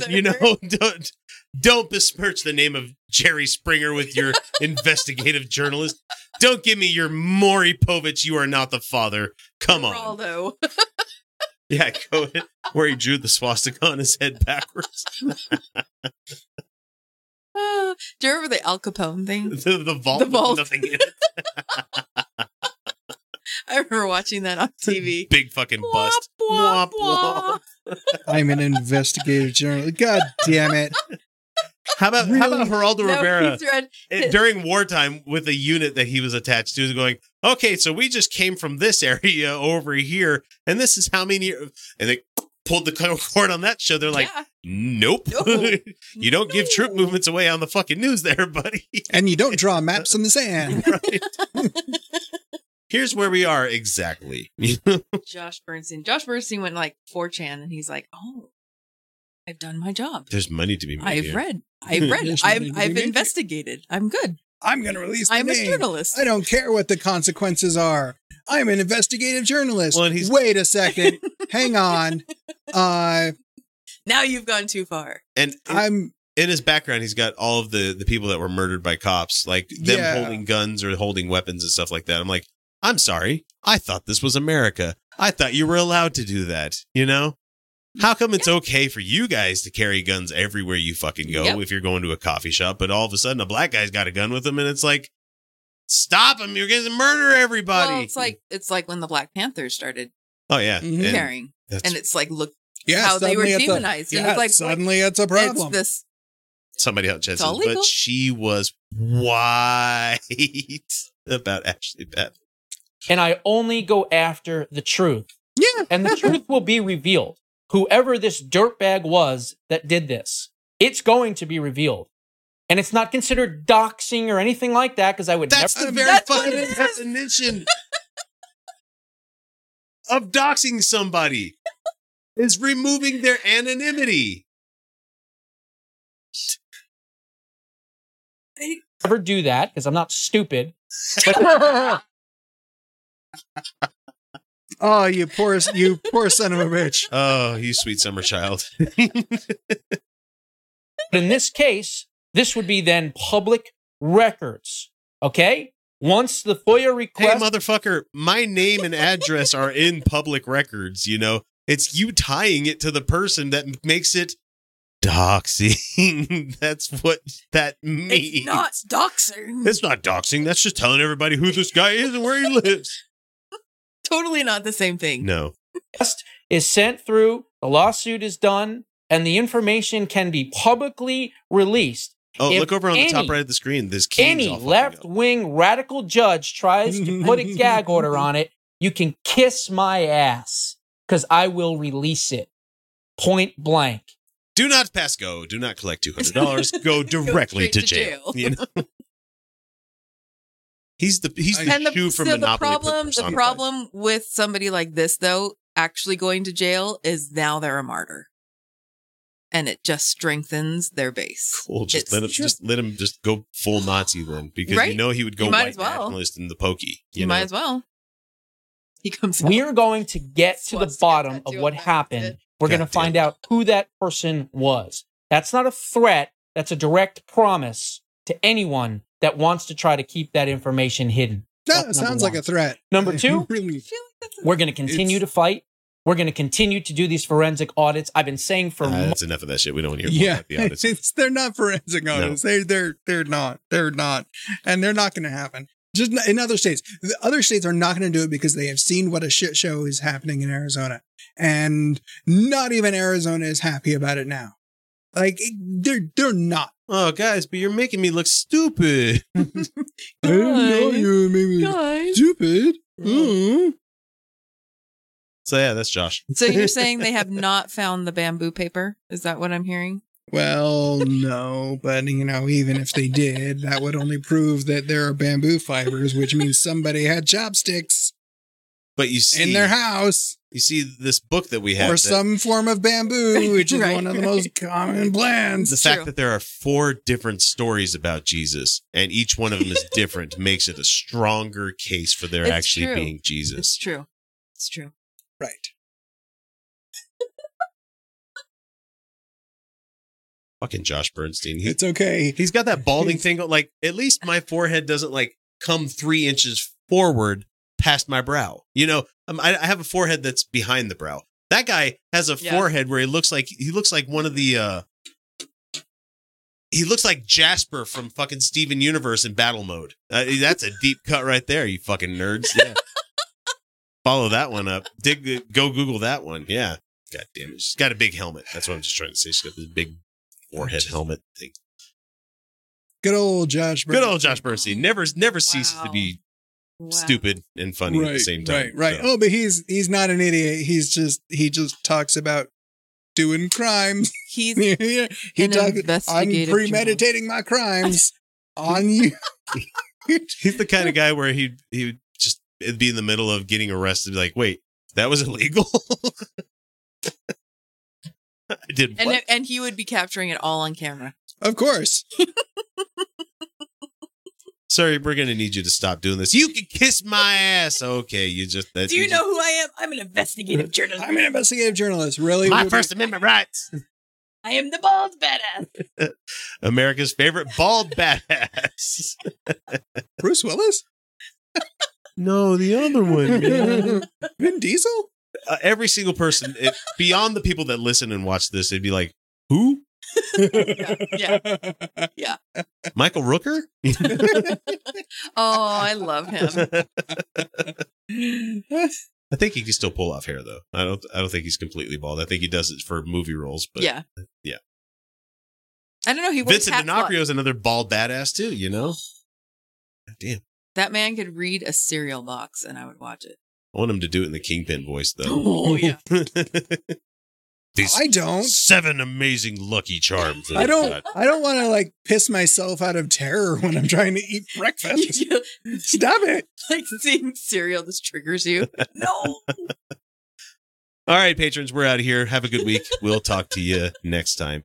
[SPEAKER 1] Jr.
[SPEAKER 3] sir.
[SPEAKER 1] You, know, don't don't besmirch the name of Jerry Springer with your investigative journalist. Don't give me your Maury Povich. You are not the father. Come on,
[SPEAKER 3] Geraldo.
[SPEAKER 1] yeah, go ahead. Where he drew the swastika on his head backwards,
[SPEAKER 3] Ah, Do you remember the Al Capone thing?
[SPEAKER 1] the, the vault,
[SPEAKER 3] The
[SPEAKER 1] with
[SPEAKER 3] vault.
[SPEAKER 1] nothing in it.
[SPEAKER 3] I remember watching that on TV.
[SPEAKER 1] big fucking bust.
[SPEAKER 3] Womp,
[SPEAKER 1] Womp,
[SPEAKER 3] womp.
[SPEAKER 2] I'm an investigative journalist. God damn it.
[SPEAKER 1] How about how about Geraldo
[SPEAKER 3] No,
[SPEAKER 1] Rivera?
[SPEAKER 3] he's read-
[SPEAKER 1] it- during wartime with a unit that he was attached to going okay so we just came from this area over here and this is how many and they pulled the cord on that show they're like
[SPEAKER 3] yeah.
[SPEAKER 1] nope
[SPEAKER 3] No.
[SPEAKER 1] you don't give troop movements away on the fucking news there buddy
[SPEAKER 2] And you don't draw maps in the sand.
[SPEAKER 1] Right? here's where we are exactly
[SPEAKER 3] Josh Bernstein. Josh Bernstein went like 4chan and he's like, oh, I've done my job.
[SPEAKER 1] there's money to be made
[SPEAKER 3] I've
[SPEAKER 1] here.
[SPEAKER 3] read. I've read.
[SPEAKER 2] Yes,
[SPEAKER 3] I've,
[SPEAKER 2] you did.
[SPEAKER 3] I've investigated. I'm good.
[SPEAKER 2] I'm going to release the
[SPEAKER 3] I'm a
[SPEAKER 2] name.
[SPEAKER 3] journalist.
[SPEAKER 2] I don't care what the consequences are. I'm an investigative journalist.
[SPEAKER 1] Well, and he's-
[SPEAKER 2] Wait a second. Hang on. Uh,
[SPEAKER 3] Now you've gone too far.
[SPEAKER 1] and in,
[SPEAKER 2] I'm
[SPEAKER 1] in his background he's got all of the the people that were murdered by cops like them
[SPEAKER 2] Yeah.
[SPEAKER 1] holding guns or holding weapons and stuff like that i'm like i'm sorry i thought this was america i thought you were allowed to do that you know how come it's okay for you guys to carry guns everywhere you fucking go
[SPEAKER 3] Yep.
[SPEAKER 1] if you're going to a coffee shop but all of a sudden a black guy's got a gun with him and it's like stop him you're going to murder everybody
[SPEAKER 3] Well, it's like it's like when the Black Panthers started
[SPEAKER 1] oh yeah
[SPEAKER 2] Mhm.
[SPEAKER 1] and
[SPEAKER 3] carrying,
[SPEAKER 1] that's
[SPEAKER 3] and it's like look
[SPEAKER 2] yeah,
[SPEAKER 3] how they were
[SPEAKER 2] suddenly it's a-
[SPEAKER 3] demonized, and
[SPEAKER 2] yeah,
[SPEAKER 3] it's like what?
[SPEAKER 2] suddenly it's a
[SPEAKER 3] it's
[SPEAKER 2] problem.
[SPEAKER 3] this.
[SPEAKER 1] somebody else says,
[SPEAKER 3] all
[SPEAKER 1] but
[SPEAKER 3] legal.
[SPEAKER 1] she was white about Ashley Babbitt
[SPEAKER 5] and I only go after the truth.
[SPEAKER 2] Yeah.
[SPEAKER 5] And the truth will be revealed. Whoever this dirtbag was that did this, it's going to be revealed. And it's not considered doxing or anything like that because I would
[SPEAKER 1] That's
[SPEAKER 5] never.
[SPEAKER 1] the very
[SPEAKER 3] That's what
[SPEAKER 1] fucking
[SPEAKER 3] it is.
[SPEAKER 1] definition of doxing somebody is removing their anonymity.
[SPEAKER 5] never do that because I'm not stupid. But
[SPEAKER 2] Oh, you poor, you poor son of a bitch.
[SPEAKER 1] Oh, you sweet summer child.
[SPEAKER 5] in this case, this would be then public records. Okay? Once the FOIA
[SPEAKER 1] hey,
[SPEAKER 5] request
[SPEAKER 1] motherfucker, my name and address are in public records, you know? It's you tying it to the person that m- makes it doxing. That's what that means.
[SPEAKER 3] It's not doxing.
[SPEAKER 1] It's not doxing. That's just telling everybody who this guy is and where he lives.
[SPEAKER 3] Totally not the same thing.
[SPEAKER 1] No.
[SPEAKER 5] is sent through, the lawsuit is done, and the information can be publicly released.
[SPEAKER 1] Oh,
[SPEAKER 5] If
[SPEAKER 1] look over on the top
[SPEAKER 5] any-
[SPEAKER 1] right of the screen. This key.
[SPEAKER 5] any left wing radical judge tries to put a gag order on it, you can kiss my ass because I will release it point blank.
[SPEAKER 1] do not pass go. Do not collect two hundred dollars. Go directly
[SPEAKER 3] straight
[SPEAKER 1] to
[SPEAKER 3] to
[SPEAKER 1] jail.
[SPEAKER 3] jail.
[SPEAKER 1] You know? he's the he's the
[SPEAKER 3] And the,
[SPEAKER 1] shoe
[SPEAKER 3] so
[SPEAKER 1] from
[SPEAKER 3] the
[SPEAKER 1] Monopoly.
[SPEAKER 3] problem, the
[SPEAKER 1] personified.
[SPEAKER 3] problem with somebody like this though, actually going to jail is now they're a martyr, and it just strengthens their base.
[SPEAKER 1] Cool. Just
[SPEAKER 3] It's
[SPEAKER 1] let him
[SPEAKER 3] true.
[SPEAKER 1] just let him just go full Nazi then, because you
[SPEAKER 3] Right.
[SPEAKER 1] know he would go
[SPEAKER 3] You might
[SPEAKER 1] white
[SPEAKER 3] as well.
[SPEAKER 1] nationalist in the pokey. You,
[SPEAKER 3] You
[SPEAKER 1] know?
[SPEAKER 3] might as well. He comes.
[SPEAKER 5] We
[SPEAKER 3] out.
[SPEAKER 5] are going to get to the
[SPEAKER 3] Swastika
[SPEAKER 5] bottom of
[SPEAKER 3] tattoo
[SPEAKER 5] what
[SPEAKER 3] on my
[SPEAKER 5] happened.
[SPEAKER 3] head.
[SPEAKER 5] We're going to
[SPEAKER 1] Goddamn.
[SPEAKER 5] find out who that person was. That's not a threat, that's a direct promise to anyone that wants to try to keep that information hidden.
[SPEAKER 2] No,
[SPEAKER 5] That's
[SPEAKER 2] it
[SPEAKER 5] number
[SPEAKER 2] sounds like
[SPEAKER 5] one.
[SPEAKER 2] a threat.
[SPEAKER 5] Number two?
[SPEAKER 2] really,
[SPEAKER 3] I feel like that's a-
[SPEAKER 5] We're going to continue
[SPEAKER 2] It's-
[SPEAKER 5] to fight. We're going to continue to do these forensic audits. I've been saying for
[SPEAKER 1] Ah,
[SPEAKER 5] months.
[SPEAKER 1] that's enough of that shit. We don't want to hear more
[SPEAKER 2] yeah.
[SPEAKER 1] about the audits.
[SPEAKER 2] It's- they're not forensic
[SPEAKER 1] No.
[SPEAKER 2] audits. They're they're they're not. They're not, and they're not going to happen. Just not- in other states, the other states are not going to do it because they have seen what a shit show is happening in Arizona, and not even Arizona is happy about it now. Like it- they're they're not.
[SPEAKER 1] Oh, guys, but you're making me look stupid.
[SPEAKER 2] I didn't know
[SPEAKER 3] Guys.
[SPEAKER 2] you were maybe
[SPEAKER 3] Guys.
[SPEAKER 2] stupid. Mm.
[SPEAKER 1] So yeah, that's Josh.
[SPEAKER 3] So you're saying they have not found the bamboo paper? Is that what I'm hearing?
[SPEAKER 2] Well, no, but you know, even if they did, that would only prove that there are bamboo fibers, which means somebody had chopsticks
[SPEAKER 1] But you see,
[SPEAKER 2] in their house
[SPEAKER 1] you see this book that we have.
[SPEAKER 2] or
[SPEAKER 1] that-
[SPEAKER 2] some form of bamboo, which is
[SPEAKER 3] Right,
[SPEAKER 2] one of the
[SPEAKER 3] right.
[SPEAKER 2] most common
[SPEAKER 1] the
[SPEAKER 2] plants.
[SPEAKER 3] It's
[SPEAKER 1] fact
[SPEAKER 3] true.
[SPEAKER 1] that there are four different stories about Jesus and each one of them is different makes it a stronger case for there
[SPEAKER 3] It's
[SPEAKER 1] actually
[SPEAKER 3] true.
[SPEAKER 1] being
[SPEAKER 3] It's
[SPEAKER 1] Jesus.
[SPEAKER 3] true. It's true.
[SPEAKER 2] Right.
[SPEAKER 1] Fucking Josh Bernstein. He,
[SPEAKER 2] It's okay.
[SPEAKER 1] he's got that balding thing. go- Like, at least my forehead doesn't like come three inches forward past my brow. You know, um, I, I have a forehead that's behind the brow. That guy has a
[SPEAKER 3] Yeah.
[SPEAKER 1] forehead where he looks like he looks like one of the. uh He looks like Jasper from fucking Steven Universe in Battle Mode. Uh, that's a deep cut right there, you fucking nerds. Yeah. Follow that one up. Dig. the- Go Google that one. Yeah. God damn it. She's got a big helmet. That's what I'm just trying to say. She's got this big forehead helmet thing.
[SPEAKER 2] Good old Josh.
[SPEAKER 1] Good old Josh Bernstein never never ceases to
[SPEAKER 3] Wow.
[SPEAKER 1] be
[SPEAKER 3] Wow.
[SPEAKER 1] stupid and funny at the same time.
[SPEAKER 2] Right, right.
[SPEAKER 1] So,
[SPEAKER 2] Oh, but he's he's not an idiot. He's just he just talks about doing crimes.
[SPEAKER 3] He's
[SPEAKER 2] he
[SPEAKER 3] An
[SPEAKER 2] talks. I'm
[SPEAKER 3] investigative
[SPEAKER 2] premeditating my crimes on you.
[SPEAKER 1] He's the kind of guy where he he would just it'd be in the middle of getting arrested, be like, wait, that was illegal. I did
[SPEAKER 3] and
[SPEAKER 1] what?
[SPEAKER 3] and he would be capturing it all on camera.
[SPEAKER 2] Of course.
[SPEAKER 1] Sorry, we're gonna need you to stop doing this. You can kiss my ass. Okay, you just that.
[SPEAKER 3] Do you
[SPEAKER 1] just-
[SPEAKER 3] know who I am? I'm an investigative journalist.
[SPEAKER 2] I'm an investigative journalist. Really,
[SPEAKER 1] my
[SPEAKER 2] Ruby?
[SPEAKER 1] First Amendment rights?
[SPEAKER 3] I am the bald badass.
[SPEAKER 1] America's favorite bald badass.
[SPEAKER 2] Bruce Willis,
[SPEAKER 1] No, the other one.
[SPEAKER 2] Vin Diesel.
[SPEAKER 1] uh, every single person it, beyond the people that listen and watch this, they'd be like, "Who?
[SPEAKER 3] yeah.
[SPEAKER 1] Michael Rooker?
[SPEAKER 3] Oh, I love him.
[SPEAKER 1] I think he can still pull off hair though. I don't. I don't think he's completely bald. I think he does it for movie roles. But
[SPEAKER 3] yeah.
[SPEAKER 1] yeah.
[SPEAKER 3] I don't know. He wears
[SPEAKER 1] Vincent
[SPEAKER 3] hats a lot.
[SPEAKER 1] D'Onofrio is another bald badass too. You know. Damn.
[SPEAKER 3] That man could read a cereal box, and I would watch it.
[SPEAKER 1] I want him to do it in the Kingpin voice though.
[SPEAKER 3] Oh yeah.
[SPEAKER 1] These
[SPEAKER 2] I don't.
[SPEAKER 1] seven amazing Lucky Charms. that
[SPEAKER 2] I
[SPEAKER 1] I've
[SPEAKER 2] don't.
[SPEAKER 1] got.
[SPEAKER 2] I don't want to like piss myself out of terror when I'm trying to eat breakfast.
[SPEAKER 3] You-
[SPEAKER 2] Stop it.
[SPEAKER 3] like seeing cereal just triggers you. No.
[SPEAKER 1] All right, patrons, we're out of here. Have a good week. We'll talk to you next time.